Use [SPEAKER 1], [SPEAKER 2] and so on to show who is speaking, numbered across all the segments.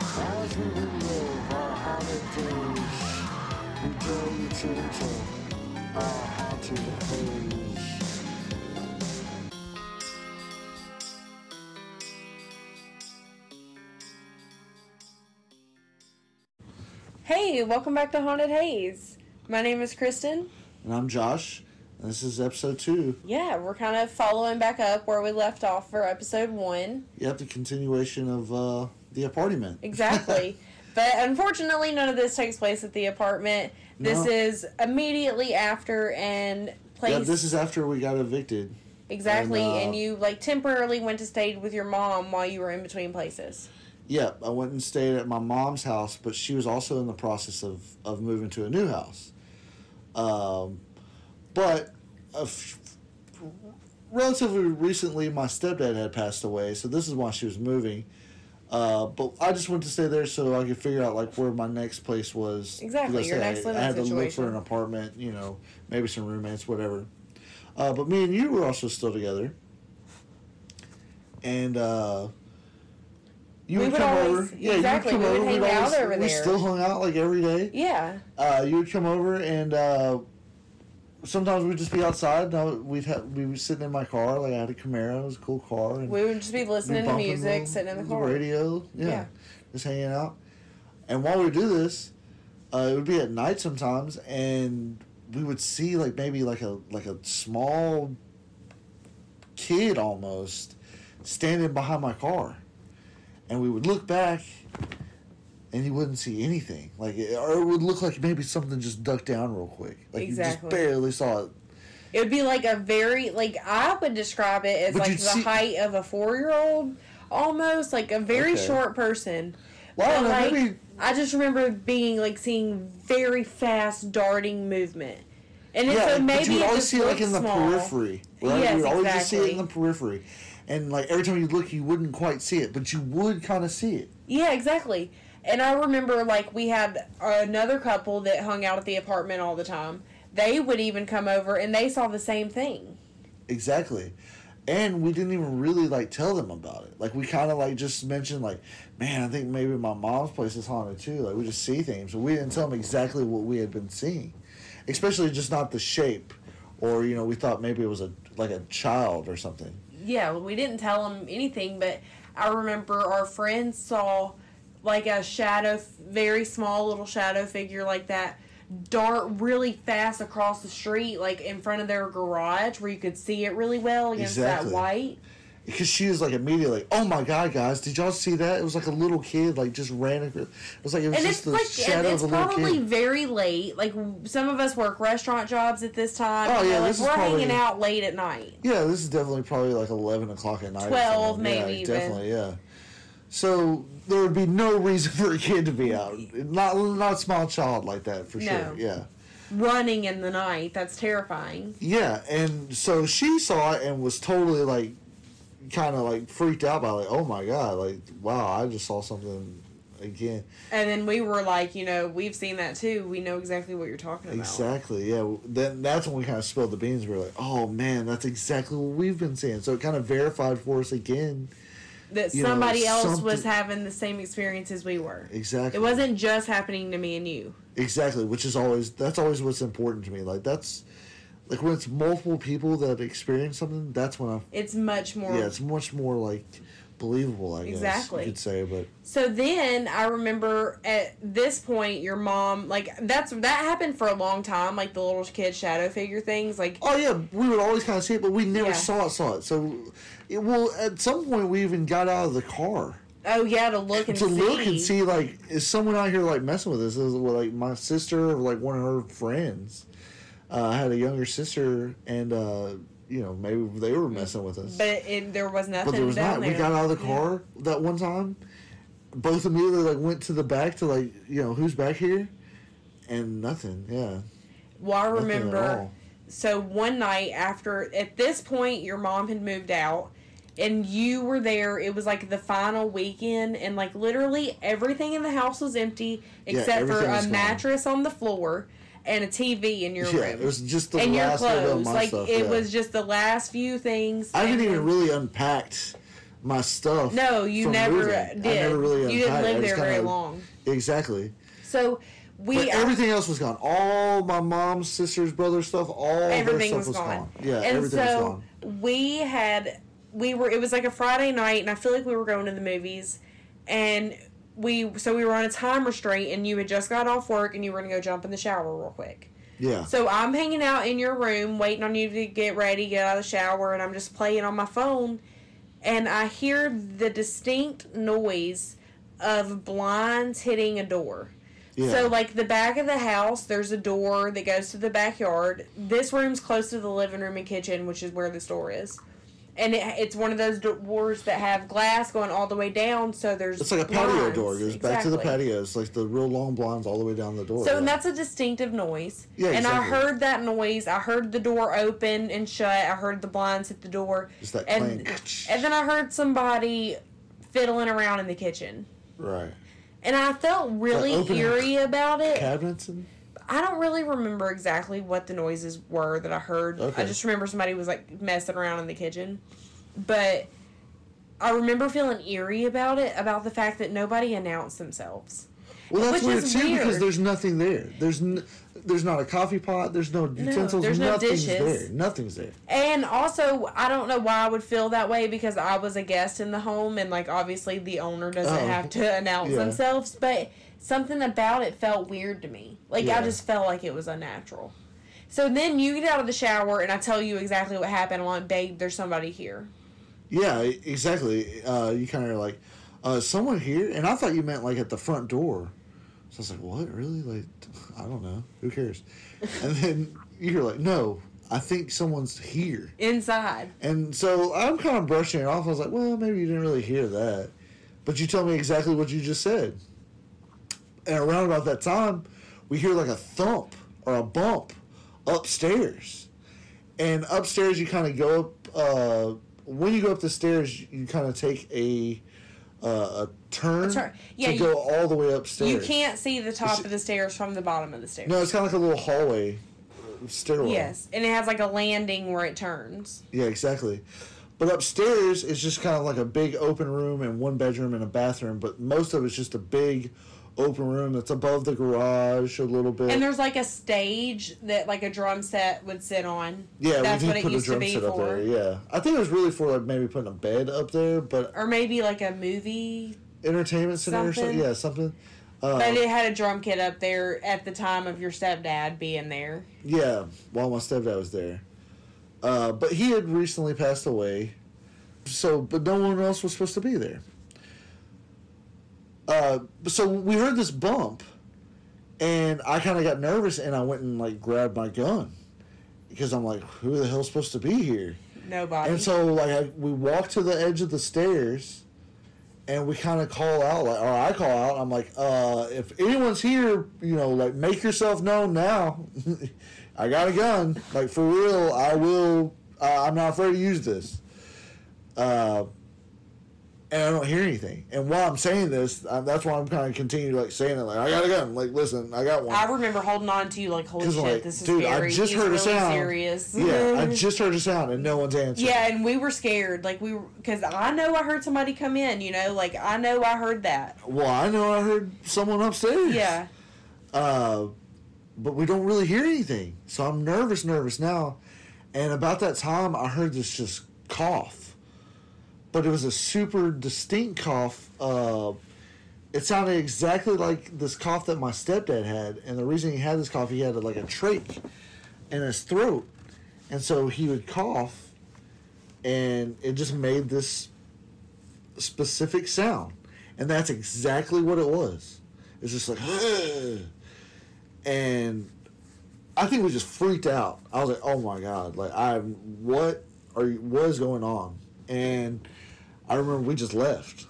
[SPEAKER 1] As we relive our holidays, we daily change our haunted haze.
[SPEAKER 2] Hey, welcome back to Haunted Haze. My name is Kristen.
[SPEAKER 3] And I'm Josh. And this is episode two.
[SPEAKER 2] Yeah, we're kind of following back up where we left off for episode one.
[SPEAKER 3] Yep, the continuation of uh, the apartment.
[SPEAKER 2] Exactly. but unfortunately, none of this takes place at the apartment. This
[SPEAKER 3] No.
[SPEAKER 2] is immediately after and place.
[SPEAKER 3] Yeah, this is after we got evicted.
[SPEAKER 2] exactly.
[SPEAKER 3] and, uh,
[SPEAKER 2] and you like temporarily went to stay with your mom while you were in between places.
[SPEAKER 3] Yep, I went and stayed at my mom's house, but she was also in the process of, of moving to a new house. Um, but a f- relatively recently, my stepdad had passed away, so this is why she was moving. Uh, but I just went to stay there so I could figure out like where my next place was.
[SPEAKER 2] Exactly,
[SPEAKER 3] Because
[SPEAKER 2] your
[SPEAKER 3] I-
[SPEAKER 2] next living
[SPEAKER 3] I had to look
[SPEAKER 2] situation.
[SPEAKER 3] for an apartment, you know, maybe some roommates, whatever. Uh, but me and you were also still together, and uh, you
[SPEAKER 2] We
[SPEAKER 3] would
[SPEAKER 2] would
[SPEAKER 3] come
[SPEAKER 2] always-
[SPEAKER 3] over. Yeah,
[SPEAKER 2] exactly,
[SPEAKER 3] you'd
[SPEAKER 2] we
[SPEAKER 3] come
[SPEAKER 2] would
[SPEAKER 3] over.
[SPEAKER 2] hang
[SPEAKER 3] we'd
[SPEAKER 2] out
[SPEAKER 3] always,
[SPEAKER 2] over
[SPEAKER 3] We
[SPEAKER 2] there.
[SPEAKER 3] still hung out like every day
[SPEAKER 2] Yeah.
[SPEAKER 3] uh, you would come over and uh, sometimes we'd just be outside. Now we'd have we were sitting in my car. Like I had a Camaro, it was a cool car. And
[SPEAKER 2] We would just be listening to
[SPEAKER 3] bumping
[SPEAKER 2] music,
[SPEAKER 3] the-
[SPEAKER 2] sitting in the car.
[SPEAKER 3] radio, yeah,
[SPEAKER 2] Yeah.
[SPEAKER 3] just hanging out. And while we do this, uh, it would be at night sometimes, and we would see like maybe like a like a small kid almost standing behind my car, and we would look back. And he wouldn't see anything, like it, or it would look like maybe something just ducked down real quick, like
[SPEAKER 2] Exactly.
[SPEAKER 3] you just barely saw it.
[SPEAKER 2] It would be like a very like I would describe it as
[SPEAKER 3] But
[SPEAKER 2] like the
[SPEAKER 3] you'd see-
[SPEAKER 2] height of a four year old, almost like a very
[SPEAKER 3] Okay. Oh,
[SPEAKER 2] short person.
[SPEAKER 3] Well, I don't
[SPEAKER 2] But,
[SPEAKER 3] know,
[SPEAKER 2] like,
[SPEAKER 3] maybe-
[SPEAKER 2] I just remember being like seeing very fast darting movement, and
[SPEAKER 3] Yeah,
[SPEAKER 2] yeah, so
[SPEAKER 3] like,
[SPEAKER 2] maybe
[SPEAKER 3] but you would
[SPEAKER 2] it
[SPEAKER 3] always
[SPEAKER 2] just
[SPEAKER 3] see it like
[SPEAKER 2] looked
[SPEAKER 3] in the
[SPEAKER 2] small.
[SPEAKER 3] periphery, right?
[SPEAKER 2] Yes,
[SPEAKER 3] you would always just see it in the
[SPEAKER 2] exactly.
[SPEAKER 3] periphery, and like every time you look, you wouldn't quite see it, but you would kind of see it.
[SPEAKER 2] Yeah, exactly. And I remember like we had another couple that hung out at the apartment all the time. They would even come over and they saw the same thing.
[SPEAKER 3] Exactly. And we didn't even really like tell them about it. Like we kind of like just mentioned like, man, I think maybe my mom's place is haunted too. Like we just see things, but we didn't tell them exactly what we had been seeing, especially just not the shape, or you know we thought maybe it was a like a child or something.
[SPEAKER 2] yeah, we didn't tell them anything, but I remember our friend saw like a shadow, very small little shadow figure like that dart really fast across the street, like in front of their garage where you could see it really well against
[SPEAKER 3] Exactly.
[SPEAKER 2] that white.
[SPEAKER 3] because she was like immediately, like, "Oh my god, guys, did y'all see that? It was like a little kid, like just ran. acro- It was like it was
[SPEAKER 2] And
[SPEAKER 3] just
[SPEAKER 2] it's
[SPEAKER 3] the
[SPEAKER 2] like, and
[SPEAKER 3] shadow
[SPEAKER 2] it's
[SPEAKER 3] of a little
[SPEAKER 2] probably
[SPEAKER 3] kid."
[SPEAKER 2] very late. Like, w- some of us work restaurant jobs at this time.
[SPEAKER 3] Oh,
[SPEAKER 2] you know,
[SPEAKER 3] yeah,
[SPEAKER 2] like,
[SPEAKER 3] this is
[SPEAKER 2] we're
[SPEAKER 3] probably-
[SPEAKER 2] hanging out late at night.
[SPEAKER 3] Yeah, this is definitely probably like eleven o'clock at night. or
[SPEAKER 2] 12
[SPEAKER 3] something.
[SPEAKER 2] maybe
[SPEAKER 3] yeah,
[SPEAKER 2] even.
[SPEAKER 3] definitely, yeah. So there would be no reason for a kid to be out, not not small child like that for
[SPEAKER 2] No.
[SPEAKER 3] sure. Yeah,
[SPEAKER 2] Running in the night. That's terrifying.
[SPEAKER 3] yeah, and so she saw it and was totally like, kind of like freaked out by like, "Oh my god, like wow, I just saw something again."
[SPEAKER 2] And then we were like, you know, we've seen that too. We know exactly what you're talking about.
[SPEAKER 3] Exactly. Yeah. Then that's when we kind of spilled the beans. We were like, "Oh man, that's exactly what we've been saying." So it kind of verified for us again.
[SPEAKER 2] that
[SPEAKER 3] you know,
[SPEAKER 2] somebody else was
[SPEAKER 3] something-
[SPEAKER 2] having the same experience as we were.
[SPEAKER 3] Exactly.
[SPEAKER 2] It wasn't just happening to me and you.
[SPEAKER 3] exactly, which is always that's always what's important to me. Like that's like when it's multiple people that experience something. That's when I
[SPEAKER 2] It's much more.
[SPEAKER 3] yeah, it's much more like believable. I guess
[SPEAKER 2] Exactly.
[SPEAKER 3] you could say, but
[SPEAKER 2] So then I remember at this point your mom like that's that happened for a long time like the little kid shadow figure things like
[SPEAKER 3] oh yeah, we would always kind of see it, but we never
[SPEAKER 2] Yeah.
[SPEAKER 3] saw it. Saw it. So it well at some point we even got out of the car.
[SPEAKER 2] oh yeah to look and
[SPEAKER 3] to
[SPEAKER 2] see.
[SPEAKER 3] look and see like is someone out here like messing with us is it, like my sister or like one of her friends uh, had a younger sister and uh, you know maybe they were messing with us
[SPEAKER 2] but it, there was nothing
[SPEAKER 3] but there was
[SPEAKER 2] down
[SPEAKER 3] not
[SPEAKER 2] there.
[SPEAKER 3] we got out of the car that one time both immediately like went to the back to like you know who's back here and nothing yeah
[SPEAKER 2] Well, I
[SPEAKER 3] Nothing at
[SPEAKER 2] remember.
[SPEAKER 3] all.
[SPEAKER 2] So one night after, at this point, your mom had moved out, and you were there. It was like the final weekend, and like literally everything in the house was empty except for
[SPEAKER 3] everything
[SPEAKER 2] a
[SPEAKER 3] was gone.
[SPEAKER 2] mattress on the floor and a TV in your
[SPEAKER 3] yeah
[SPEAKER 2] room
[SPEAKER 3] it was just the
[SPEAKER 2] and your
[SPEAKER 3] last bit of
[SPEAKER 2] clothes.
[SPEAKER 3] my
[SPEAKER 2] Like
[SPEAKER 3] stuff
[SPEAKER 2] it
[SPEAKER 3] yeah.
[SPEAKER 2] was just the last few things.
[SPEAKER 3] I
[SPEAKER 2] and
[SPEAKER 3] haven't
[SPEAKER 2] then-
[SPEAKER 3] even really unpacked my stuff.
[SPEAKER 2] No, you
[SPEAKER 3] from
[SPEAKER 2] never
[SPEAKER 3] moving.
[SPEAKER 2] did.
[SPEAKER 3] I never really
[SPEAKER 2] you didn't
[SPEAKER 3] unpacked. I
[SPEAKER 2] live
[SPEAKER 3] just
[SPEAKER 2] there very
[SPEAKER 3] kinda-
[SPEAKER 2] long.
[SPEAKER 3] Exactly.
[SPEAKER 2] So we
[SPEAKER 3] but everything else was gone. All my mom's sisters, brother stuff, all
[SPEAKER 2] everything
[SPEAKER 3] their
[SPEAKER 2] was
[SPEAKER 3] stuff was,
[SPEAKER 2] gone.
[SPEAKER 3] Yeah,
[SPEAKER 2] and
[SPEAKER 3] everything was
[SPEAKER 2] so
[SPEAKER 3] gone.
[SPEAKER 2] we had we were it was like a Friday night, and I feel like we were going to the movies, and we so we were on a time restraint, and you had just got off work, and you were gonna go jump in the shower real quick.
[SPEAKER 3] Yeah.
[SPEAKER 2] So I'm hanging out in your room, waiting on you to get ready, get out of the shower, and I'm just playing on my phone, and I hear the distinct noise of blinds hitting a door.
[SPEAKER 3] yeah.
[SPEAKER 2] So, like the back of the house, there's a door that goes to the backyard. This room's close to the living room and kitchen, which is where this door is. And it, it's one of those doors that have glass going all the way down, so there's.
[SPEAKER 3] it's like a patio
[SPEAKER 2] blinds.
[SPEAKER 3] door. It goes back to the
[SPEAKER 2] Exactly.
[SPEAKER 3] patio. It's like the real long blinds all the way down the door.
[SPEAKER 2] So, and
[SPEAKER 3] yeah.
[SPEAKER 2] that's a distinctive noise.
[SPEAKER 3] Yeah,
[SPEAKER 2] and I
[SPEAKER 3] exactly.
[SPEAKER 2] heard that noise. I heard the door open and shut. I heard the blinds hit the door.
[SPEAKER 3] Just that
[SPEAKER 2] and,
[SPEAKER 3] clank.
[SPEAKER 2] and then I heard somebody fiddling around in the kitchen.
[SPEAKER 3] right.
[SPEAKER 2] And I felt really
[SPEAKER 3] open
[SPEAKER 2] eerie about it.
[SPEAKER 3] Cabinets and
[SPEAKER 2] I don't really remember exactly what the noises were that I heard.
[SPEAKER 3] Okay.
[SPEAKER 2] I just remember somebody was like messing around in the kitchen. But I remember feeling eerie about it, about the fact that nobody announced themselves.
[SPEAKER 3] well, that's
[SPEAKER 2] Which
[SPEAKER 3] weird
[SPEAKER 2] is
[SPEAKER 3] too because
[SPEAKER 2] weird.
[SPEAKER 3] there's nothing there. There's n- there's not a coffee pot. There's no utensils.
[SPEAKER 2] there's no
[SPEAKER 3] nothing's
[SPEAKER 2] dishes.
[SPEAKER 3] there. Nothing's there.
[SPEAKER 2] And also, I don't know why I would feel that way because I was a guest in the home and like obviously the owner doesn't
[SPEAKER 3] Oh.
[SPEAKER 2] have to announce
[SPEAKER 3] Yeah.
[SPEAKER 2] themselves, but something about it felt weird to me. Like
[SPEAKER 3] Yeah.
[SPEAKER 2] I just felt like it was unnatural. So then you get out of the shower and I tell you exactly what happened. I'm like, babe, there's somebody here.
[SPEAKER 3] Yeah, e- exactly. Uh, you kind of like uh, someone here, and I thought you meant like at the front door. So I was like, "What? Really? Like, I don't know. Who cares?" and then you're like, "No, I think someone's here."
[SPEAKER 2] inside.
[SPEAKER 3] And so I'm kind of brushing it off. I was like, "Well, maybe you didn't really hear that," but you tell me exactly what you just said. And around about that time, we hear like a thump or a bump upstairs and upstairs you kind of go up uh, when you go up the stairs you kind of take a uh, a turn
[SPEAKER 2] A turn. Yeah,
[SPEAKER 3] to
[SPEAKER 2] you-
[SPEAKER 3] go all the way upstairs
[SPEAKER 2] You can't see the top
[SPEAKER 3] It's-
[SPEAKER 2] of the stairs from the bottom of the stairs.
[SPEAKER 3] no it's kind of like a little hallway uh, stairwell
[SPEAKER 2] Yes, and it has like a landing where it turns.
[SPEAKER 3] yeah exactly but upstairs is just kind of like a big open room and one bedroom and a bathroom but most of it's just a big open room that's above the garage a little bit
[SPEAKER 2] And there's like a stage that like a drum set would sit on.
[SPEAKER 3] yeah
[SPEAKER 2] that's
[SPEAKER 3] we
[SPEAKER 2] what
[SPEAKER 3] did
[SPEAKER 2] it
[SPEAKER 3] put a
[SPEAKER 2] used to
[SPEAKER 3] drum
[SPEAKER 2] be
[SPEAKER 3] set up there
[SPEAKER 2] for.
[SPEAKER 3] yeah i think it was really for like maybe putting a bed up there but
[SPEAKER 2] Or maybe like a movie,
[SPEAKER 3] entertainment center or something
[SPEAKER 2] Something.
[SPEAKER 3] yeah something uh,
[SPEAKER 2] but it had a drum kit up there at the time of your stepdad being there.
[SPEAKER 3] Yeah, while my stepdad was there. Uh, but he had recently passed away, so but no one else was supposed to be there. Uh, so we heard this bump, and I kind of got nervous, and I went and like grabbed my gun because I'm like, who the hell's supposed to be here?
[SPEAKER 2] Nobody.
[SPEAKER 3] And so like I, we walked to the edge of the stairs, and we kind of call out like, or I call out. I'm like, uh, if anyone's here, you know, like make yourself known now. I got a gun, like for real. I will. Uh, I'm not afraid to use this. Uh, and I don't hear anything. And while I'm saying this, I, that's why I'm kind of continuing like saying it, like I got a gun. Like listen, I got one.
[SPEAKER 2] I remember holding on to you like, holy
[SPEAKER 3] 'Cause
[SPEAKER 2] shit,
[SPEAKER 3] I'm like,
[SPEAKER 2] this is
[SPEAKER 3] dude,
[SPEAKER 2] very,
[SPEAKER 3] I just
[SPEAKER 2] he's
[SPEAKER 3] heard a
[SPEAKER 2] really
[SPEAKER 3] sound.
[SPEAKER 2] serious.
[SPEAKER 3] Yeah, I just heard a sound and no one's answering.
[SPEAKER 2] Yeah, and we were scared. Like we, because I know I heard somebody come in. You know, like I know I heard that.
[SPEAKER 3] Well, I know I heard someone upstairs.
[SPEAKER 2] Yeah,
[SPEAKER 3] Uh, but we don't really hear anything. So I'm nervous, nervous now. And about that time, I heard this just cough. But it was a super distinct cough. Uh, it sounded exactly like this cough that my stepdad had. And the reason he had this cough, he had uh, like a trach in his throat. And so he would cough, and it just made this specific sound. And that's exactly what it was. It's just like, and I think we just freaked out. I was like, "Oh my god!" Like, I what are you? What is going on? And I remember we just left.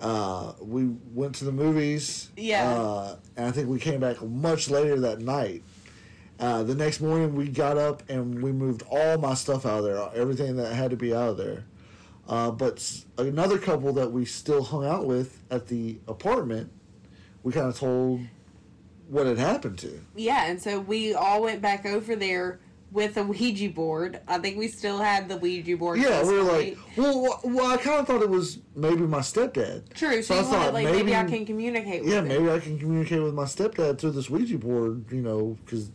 [SPEAKER 3] Uh, we went to the movies.
[SPEAKER 2] Yeah.
[SPEAKER 3] Uh, and I think we came back much later that night. Uh, the next morning, we got up and we moved all my stuff out of there, everything that had to be out of there. Uh, but s- another couple that we still hung out with at the apartment, we kind of told what had happened to.
[SPEAKER 2] yeah. And so we all went back over there with a Ouija board. I think we still had the Ouija board.
[SPEAKER 3] Yeah,
[SPEAKER 2] last
[SPEAKER 3] we were like,
[SPEAKER 2] night.
[SPEAKER 3] well, wh- well, I kind of thought it was maybe my stepdad.
[SPEAKER 2] true.
[SPEAKER 3] so
[SPEAKER 2] So,
[SPEAKER 3] I
[SPEAKER 2] you wanted
[SPEAKER 3] thought
[SPEAKER 2] like maybe, I
[SPEAKER 3] maybe-
[SPEAKER 2] can communicate.
[SPEAKER 3] Yeah,
[SPEAKER 2] with
[SPEAKER 3] maybe I can communicate with my stepdad through this Ouija board, you know, because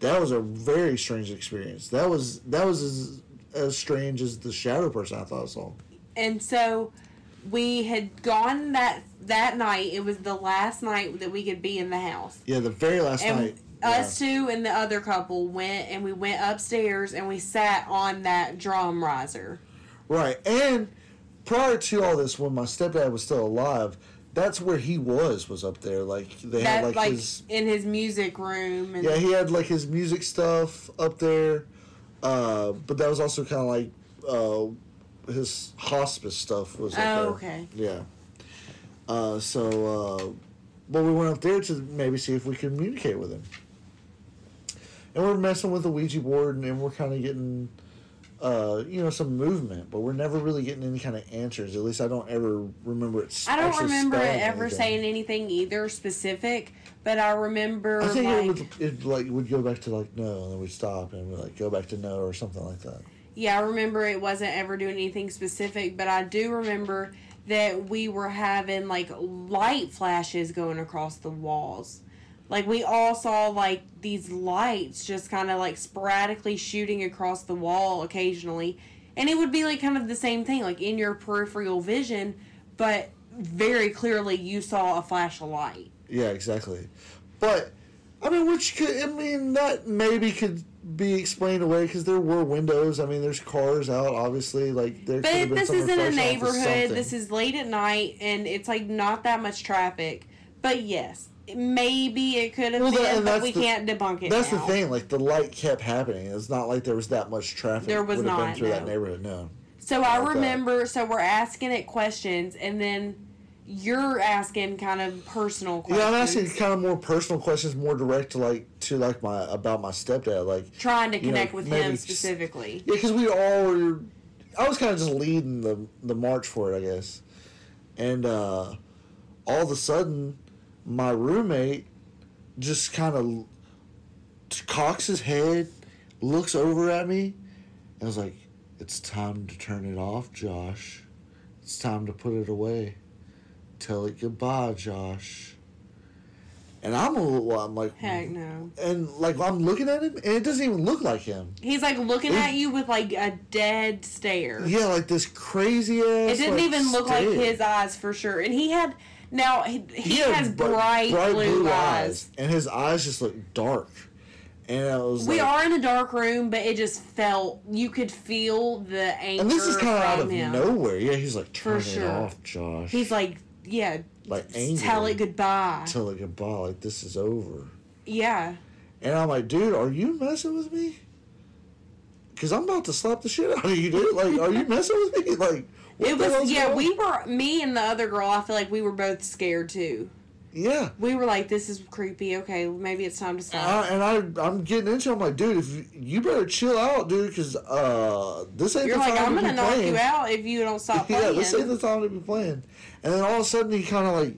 [SPEAKER 3] that was a very strange experience. That was that was as as strange as the shadow person I thought I saw.
[SPEAKER 2] and so we had gone that that night. It was the last night that we could be in the house.
[SPEAKER 3] Yeah, the very last
[SPEAKER 2] and
[SPEAKER 3] night.
[SPEAKER 2] us two and the other couple went and we went upstairs and we sat on that drum riser.
[SPEAKER 3] yeah. Right, and prior to all this, when my stepdad was still alive, that's where he was. Was up there, like they
[SPEAKER 2] That
[SPEAKER 3] had
[SPEAKER 2] like,
[SPEAKER 3] like, his.
[SPEAKER 2] in his music room and
[SPEAKER 3] Yeah, he had like his music stuff up there, uh, but that was also kind of like uh, his hospice stuff was. Up
[SPEAKER 2] Oh,
[SPEAKER 3] there.
[SPEAKER 2] okay.
[SPEAKER 3] Yeah. Uh, so, uh, but we went up there to maybe see if we could communicate with him, and we're messing with the Ouija board, and, and we're kind of getting, uh, you know, some movement, but we're never really getting any kind of answers. At least I don't ever remember it. s-
[SPEAKER 2] I don't
[SPEAKER 3] actually
[SPEAKER 2] remember it
[SPEAKER 3] spelling
[SPEAKER 2] ever
[SPEAKER 3] anything.
[SPEAKER 2] saying anything either specific, but I remember
[SPEAKER 3] I think
[SPEAKER 2] like
[SPEAKER 3] it would it like would go back to like no, and then we'd stop and we'd like go back to no or something like that.
[SPEAKER 2] yeah, I remember it wasn't ever doing anything specific, but I do remember that we were having like light flashes going across the walls. Like we all saw like these lights just kind of like sporadically shooting across the wall occasionally. And it would be like kind of the same thing, like in your peripheral vision, but very clearly you saw a flash of light.
[SPEAKER 3] Yeah, exactly. But I mean, which could I mean that maybe could be explained away because there were windows. I mean, there's cars out, obviously. Like there. could have
[SPEAKER 2] But
[SPEAKER 3] been
[SPEAKER 2] this
[SPEAKER 3] some
[SPEAKER 2] isn't a
[SPEAKER 3] reflection off of
[SPEAKER 2] neighborhood.
[SPEAKER 3] something.
[SPEAKER 2] This is late at night, and it's like not that much traffic. But yes, maybe it could have
[SPEAKER 3] Well, that-
[SPEAKER 2] been,
[SPEAKER 3] and
[SPEAKER 2] but
[SPEAKER 3] that's
[SPEAKER 2] we
[SPEAKER 3] the-
[SPEAKER 2] can't debunk it.
[SPEAKER 3] That's
[SPEAKER 2] now.
[SPEAKER 3] the thing. Like the light kept happening. It's not like there was that much traffic.
[SPEAKER 2] There was
[SPEAKER 3] would have been
[SPEAKER 2] not,
[SPEAKER 3] through that
[SPEAKER 2] no.
[SPEAKER 3] neighborhood. No.
[SPEAKER 2] So I
[SPEAKER 3] Like that.
[SPEAKER 2] remember. So we're asking it questions, and then you're asking kind of personal questions.
[SPEAKER 3] Yeah, I'm asking kind of more personal questions, more direct to like to like my about my stepdad. Like
[SPEAKER 2] Trying to
[SPEAKER 3] you know,
[SPEAKER 2] connect with
[SPEAKER 3] maybe
[SPEAKER 2] him
[SPEAKER 3] s-
[SPEAKER 2] specifically.
[SPEAKER 3] Yeah, because we all were. I was kind of just leading the the march for it, I guess. And uh, all of a sudden, my roommate just kind of cocks his head, looks over at me, and was like, "It's time to turn it off, Josh. It's time to put it away. Tell it goodbye, Josh." And I'm a little. I'm like,
[SPEAKER 2] Heck no.
[SPEAKER 3] and like I'm looking at him, and it doesn't even look like him.
[SPEAKER 2] He's like looking
[SPEAKER 3] It-
[SPEAKER 2] at you with like a dead stare.
[SPEAKER 3] Yeah, like this crazy ass.
[SPEAKER 2] It didn't
[SPEAKER 3] like,
[SPEAKER 2] even look like
[SPEAKER 3] stare.
[SPEAKER 2] his eyes for sure. And he had now he, he,
[SPEAKER 3] had
[SPEAKER 2] has
[SPEAKER 3] bri-
[SPEAKER 2] bright, blue, eyes.
[SPEAKER 3] and his eyes just look dark. And I was
[SPEAKER 2] We
[SPEAKER 3] like,
[SPEAKER 2] are in a dark room, but it just felt you could feel the anger.
[SPEAKER 3] and this is
[SPEAKER 2] kind of
[SPEAKER 3] out of
[SPEAKER 2] him.
[SPEAKER 3] nowhere. Yeah, he's like, turn
[SPEAKER 2] sure.
[SPEAKER 3] it off, Josh.
[SPEAKER 2] He's like, yeah,
[SPEAKER 3] Like
[SPEAKER 2] just tell
[SPEAKER 3] angry.
[SPEAKER 2] it goodbye.
[SPEAKER 3] tell it goodbye. Like this is over.
[SPEAKER 2] yeah,
[SPEAKER 3] And I'm like, dude, are you messing with me? Cause I'm about to slap the shit out of you, dude. Like, are you messing with me? Like, what
[SPEAKER 2] it
[SPEAKER 3] the
[SPEAKER 2] was.
[SPEAKER 3] hell's
[SPEAKER 2] Yeah,
[SPEAKER 3] going
[SPEAKER 2] we
[SPEAKER 3] on?
[SPEAKER 2] were me and the other girl. I feel like we were both scared too.
[SPEAKER 3] yeah.
[SPEAKER 2] We were like, this is creepy. Okay, maybe it's time to stop.
[SPEAKER 3] I, and I, I'm getting into. it. I'm like, dude, if you, you better chill out, dude, because uh, this ain't
[SPEAKER 2] You're
[SPEAKER 3] the
[SPEAKER 2] like,
[SPEAKER 3] time
[SPEAKER 2] I'm
[SPEAKER 3] to
[SPEAKER 2] gonna
[SPEAKER 3] be
[SPEAKER 2] knock
[SPEAKER 3] playing.
[SPEAKER 2] you out if you don't stop
[SPEAKER 3] yeah,
[SPEAKER 2] playing.
[SPEAKER 3] this ain't the time to be playing. And then all of a sudden, he kind of like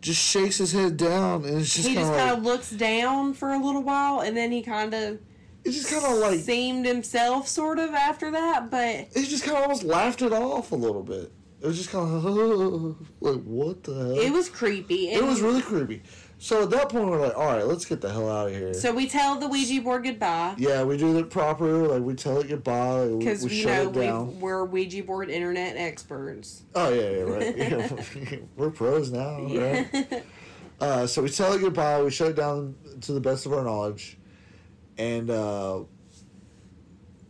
[SPEAKER 3] just shakes his head down, and it's just
[SPEAKER 2] he
[SPEAKER 3] kind of
[SPEAKER 2] just
[SPEAKER 3] like,
[SPEAKER 2] kind of looks down for a little while, and then he kind of
[SPEAKER 3] it just kind of like
[SPEAKER 2] seemed himself, sort of after that. But
[SPEAKER 3] he just kind of almost laughed it off a little bit. It was just kind of like what the hell?
[SPEAKER 2] it was creepy.
[SPEAKER 3] It
[SPEAKER 2] and-
[SPEAKER 3] was really creepy. So at that point, we're like, all right, let's get the hell out of here.
[SPEAKER 2] So we tell the Ouija board goodbye
[SPEAKER 3] yeah, we do it proper. Like we tell it goodbye. Like, we,
[SPEAKER 2] because
[SPEAKER 3] we
[SPEAKER 2] you
[SPEAKER 3] shut
[SPEAKER 2] know
[SPEAKER 3] it down.
[SPEAKER 2] we've, we're Ouija board internet experts.
[SPEAKER 3] Oh yeah, yeah, right. Yeah, we're pros now, right? Uh, so we tell it goodbye. We shut it down to the best of our knowledge, and uh,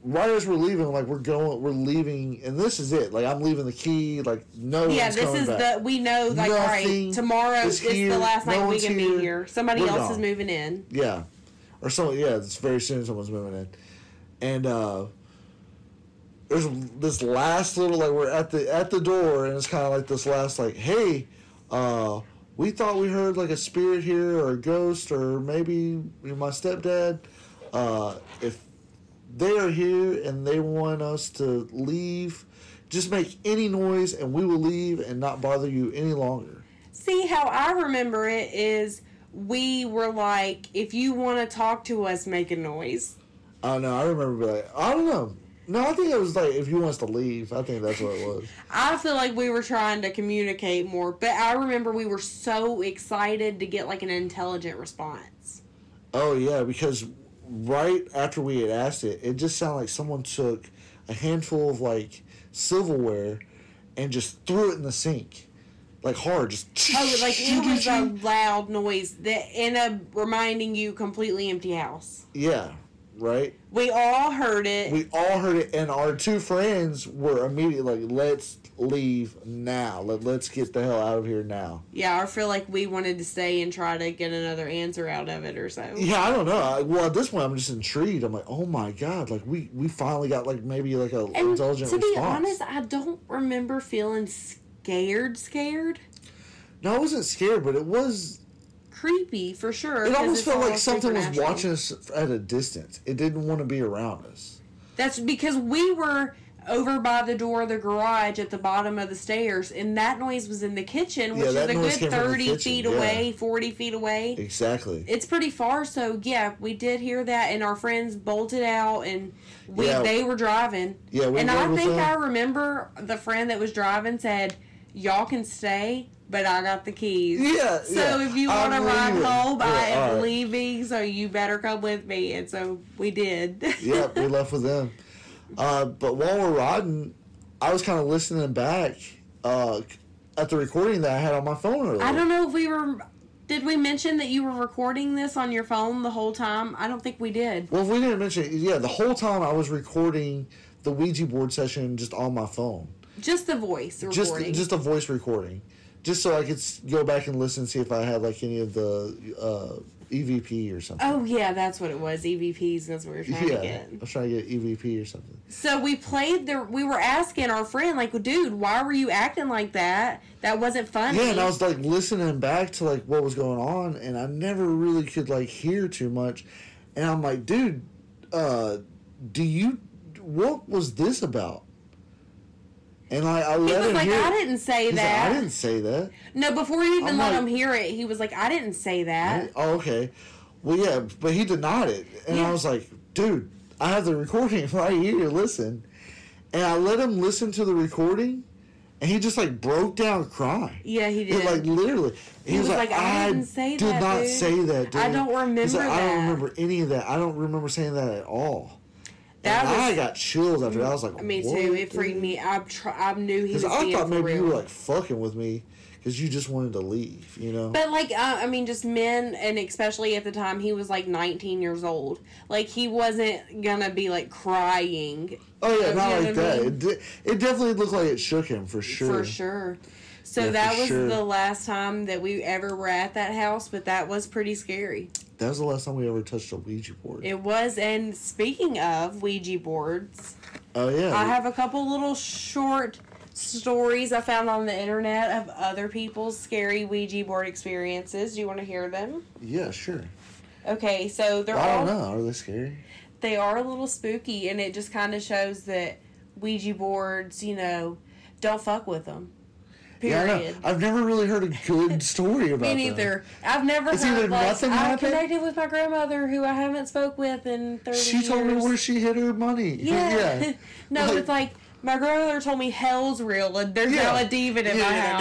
[SPEAKER 3] right as we're leaving, like we're going, we're leaving, and this is it. Like I'm leaving the key. Like no
[SPEAKER 2] yeah,
[SPEAKER 3] one's
[SPEAKER 2] this
[SPEAKER 3] coming
[SPEAKER 2] is
[SPEAKER 3] back.
[SPEAKER 2] the we know like all
[SPEAKER 3] Nothing
[SPEAKER 2] right tomorrow
[SPEAKER 3] is
[SPEAKER 2] is
[SPEAKER 3] here.
[SPEAKER 2] the last
[SPEAKER 3] No
[SPEAKER 2] night we
[SPEAKER 3] one's
[SPEAKER 2] can
[SPEAKER 3] here.
[SPEAKER 2] be here. Somebody
[SPEAKER 3] We're
[SPEAKER 2] else is
[SPEAKER 3] gone.
[SPEAKER 2] moving in.
[SPEAKER 3] yeah, or so yeah. It's very soon someone's moving in, and uh, there's this last little like we're at the at the door, and it's kind of like this last like hey, uh, we thought we heard like a spirit here or a ghost or maybe my stepdad. Uh, if they are here and they want us to leave, just make any noise and we will leave and not bother you any longer.
[SPEAKER 2] See how I remember it is we were like, if you want to talk to us, make a noise.
[SPEAKER 3] I don't know. I remember being like, I don't know. No, I think it was like if you want us to leave. I think that's what it was.
[SPEAKER 2] I feel like we were trying to communicate more, but I remember we were so excited to get like an intelligent response.
[SPEAKER 3] oh yeah, because right after we had asked it, it just sounded like someone took a handful of like silverware and just threw it in the sink, like hard, just.
[SPEAKER 2] Oh, like it was a loud noise that in a reminding you completely empty house.
[SPEAKER 3] Yeah, right.
[SPEAKER 2] We all heard it.
[SPEAKER 3] We all heard it, and our two friends were immediately like, "Let's leave now. Let, let's get the hell out of here now."
[SPEAKER 2] yeah, I feel like we wanted to stay and try to get another answer out of it or so.
[SPEAKER 3] Yeah, I don't know. I, well, at this point, I'm just intrigued. I'm like, "Oh my god! Like we we finally got like maybe like a
[SPEAKER 2] And
[SPEAKER 3] intelligent
[SPEAKER 2] to be
[SPEAKER 3] response."
[SPEAKER 2] honest, I don't remember feeling scared, scared.
[SPEAKER 3] no, I wasn't scared, but it was.
[SPEAKER 2] Creepy for sure.
[SPEAKER 3] It
[SPEAKER 2] 'cause
[SPEAKER 3] almost
[SPEAKER 2] it's
[SPEAKER 3] felt
[SPEAKER 2] all
[SPEAKER 3] like something was
[SPEAKER 2] supernatural.
[SPEAKER 3] watching us at a distance. It didn't want to be around us.
[SPEAKER 2] That's because we were over by the door of the garage at the bottom of the stairs, and that noise was in the kitchen, which
[SPEAKER 3] Yeah, that
[SPEAKER 2] is a
[SPEAKER 3] noise
[SPEAKER 2] good
[SPEAKER 3] came from the
[SPEAKER 2] 30
[SPEAKER 3] kitchen,
[SPEAKER 2] feet
[SPEAKER 3] yeah.
[SPEAKER 2] away, 40 feet away.
[SPEAKER 3] Exactly.
[SPEAKER 2] It's pretty far, so yeah, we did hear that, and our friends bolted out, and we
[SPEAKER 3] Yeah.
[SPEAKER 2] they were driving.
[SPEAKER 3] Yeah, we
[SPEAKER 2] and
[SPEAKER 3] were
[SPEAKER 2] I
[SPEAKER 3] with
[SPEAKER 2] think
[SPEAKER 3] them.
[SPEAKER 2] I remember the friend that was driving said, "Y'all can stay, but I got the keys."
[SPEAKER 3] Yeah,
[SPEAKER 2] So
[SPEAKER 3] yeah.
[SPEAKER 2] if you want to
[SPEAKER 3] I'm
[SPEAKER 2] ride
[SPEAKER 3] leaving.
[SPEAKER 2] home,
[SPEAKER 3] Yeah,
[SPEAKER 2] I am
[SPEAKER 3] all right.
[SPEAKER 2] leaving, so you better come with me. And so we did.
[SPEAKER 3] yeah, we left with them. Uh, but while we're riding, I was kind of listening back uh, at the recording that I had on my phone earlier.
[SPEAKER 2] I don't know if we were. Did we mention that you were recording this on your phone the whole time? I don't think we did.
[SPEAKER 3] Well, if we didn't mention it, yeah, the whole time I was recording the Ouija board session just on my phone,
[SPEAKER 2] Just the voice recording.
[SPEAKER 3] just just a voice recording, just so I could s- go back and listen and see if I had like any of the uh, EVP or something.
[SPEAKER 2] oh yeah, that's what it was. EVPs. That's what we were trying
[SPEAKER 3] yeah,
[SPEAKER 2] to get.
[SPEAKER 3] I'm trying to get EVP or something.
[SPEAKER 2] So we played the. We were asking our friend, like, well, dude, why were you acting like that? That wasn't funny.
[SPEAKER 3] Yeah, and I was like listening back to like what was going on, and I never really could like hear too much. And I'm like, dude, uh, do you? What was this about? And like, I
[SPEAKER 2] he
[SPEAKER 3] let
[SPEAKER 2] was
[SPEAKER 3] him
[SPEAKER 2] like,
[SPEAKER 3] hear.
[SPEAKER 2] I
[SPEAKER 3] it.
[SPEAKER 2] didn't say
[SPEAKER 3] He's like,
[SPEAKER 2] that.
[SPEAKER 3] I didn't say that.
[SPEAKER 2] no, before you even
[SPEAKER 3] I'm
[SPEAKER 2] let
[SPEAKER 3] like-
[SPEAKER 2] him hear it, he was like, I didn't say
[SPEAKER 3] I
[SPEAKER 2] that.
[SPEAKER 3] didn't- oh, okay. Well, yeah, but he denied it, and
[SPEAKER 2] Yeah.
[SPEAKER 3] I was like, dude, I have the recording right here. Listen, and I let him listen to the recording, and he just like broke down crying.
[SPEAKER 2] Yeah, he
[SPEAKER 3] It,
[SPEAKER 2] did.
[SPEAKER 3] like literally, he, was, like, "I,
[SPEAKER 2] didn't say
[SPEAKER 3] did
[SPEAKER 2] that,
[SPEAKER 3] not
[SPEAKER 2] dude.
[SPEAKER 3] say that, dude.
[SPEAKER 2] I don't
[SPEAKER 3] He's
[SPEAKER 2] remember
[SPEAKER 3] like, I
[SPEAKER 2] that."
[SPEAKER 3] don't remember any of that. I don't remember saying that at all."
[SPEAKER 2] That
[SPEAKER 3] and
[SPEAKER 2] was-
[SPEAKER 3] I got chills after that. I was like,
[SPEAKER 2] me
[SPEAKER 3] "What,
[SPEAKER 2] too. It freaked
[SPEAKER 3] dude?"
[SPEAKER 2] me. I tr- I knew he was.
[SPEAKER 3] Because I
[SPEAKER 2] being
[SPEAKER 3] thought
[SPEAKER 2] for
[SPEAKER 3] maybe you
[SPEAKER 2] real.
[SPEAKER 3] were like fucking with me because you just wanted to leave, you know?
[SPEAKER 2] But like, uh, I mean, just men, and especially at the time, he was like 19 years old. Like he wasn't gonna be like crying
[SPEAKER 3] oh yeah,
[SPEAKER 2] you know
[SPEAKER 3] not
[SPEAKER 2] what I
[SPEAKER 3] like that.
[SPEAKER 2] mean?
[SPEAKER 3] It, de- it definitely looked like it shook him for sure.
[SPEAKER 2] for sure. So
[SPEAKER 3] Yeah, for
[SPEAKER 2] that was
[SPEAKER 3] sure.
[SPEAKER 2] the last time that we ever were at that house, but that was pretty scary.
[SPEAKER 3] That was the last time we ever touched a Ouija board.
[SPEAKER 2] It was. And speaking of Ouija boards,
[SPEAKER 3] oh yeah,
[SPEAKER 2] I have a couple little short stories I found on the internet of other people's scary Ouija board experiences. Do you want to hear them?
[SPEAKER 3] yeah, sure.
[SPEAKER 2] Okay, so they're
[SPEAKER 3] Well, I
[SPEAKER 2] all
[SPEAKER 3] don't know. Are they scary?
[SPEAKER 2] they are a little spooky and it just kind of shows that ouija boards you know don't fuck with them
[SPEAKER 3] Yeah, I
[SPEAKER 2] period
[SPEAKER 3] know. I've never really heard a good story about
[SPEAKER 2] me
[SPEAKER 3] them.
[SPEAKER 2] neither i've never
[SPEAKER 3] It's
[SPEAKER 2] heard
[SPEAKER 3] either
[SPEAKER 2] like, "Ah,
[SPEAKER 3] nothing
[SPEAKER 2] i
[SPEAKER 3] happened-
[SPEAKER 2] connected with my grandmother who i haven't spoke with in 30
[SPEAKER 3] She told me
[SPEAKER 2] years.
[SPEAKER 3] where she hid her money.
[SPEAKER 2] yeah, no
[SPEAKER 3] Like-
[SPEAKER 2] it's like my grandmother told me hell's real and there's
[SPEAKER 3] Yeah.
[SPEAKER 2] now a demon in my house